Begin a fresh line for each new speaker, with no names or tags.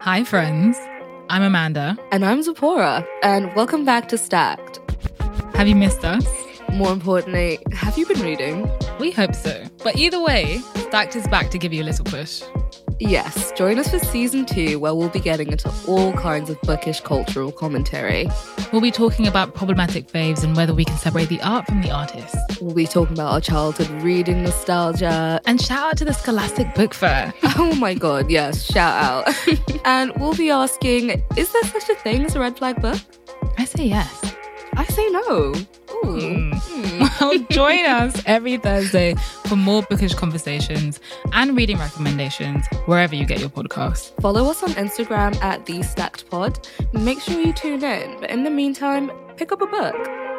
Hi, friends. I'm Amanda.
And I'm Zipporah, and welcome back to Stacked.
Have you missed us?
More importantly, have you been reading?
We hope so. But either way, Stacked is back to give you a little push.
Yes, join us for season two, where we'll be getting into all kinds of bookish cultural commentary.
We'll be talking about problematic faves and whether we can separate the art from the artist.
We'll be talking about our childhood reading nostalgia.
And shout out to the Scholastic Book Fair.
Oh my god, yes, shout out. and we'll be asking is there such a thing as a red flag book?
I say yes.
I say no. Ooh. Hmm.
Well, join us every Thursday for more bookish conversations and reading recommendations wherever you get your podcasts.
Follow us on Instagram at the Stacked Pod. Make sure you tune in. But in the meantime, pick up a book.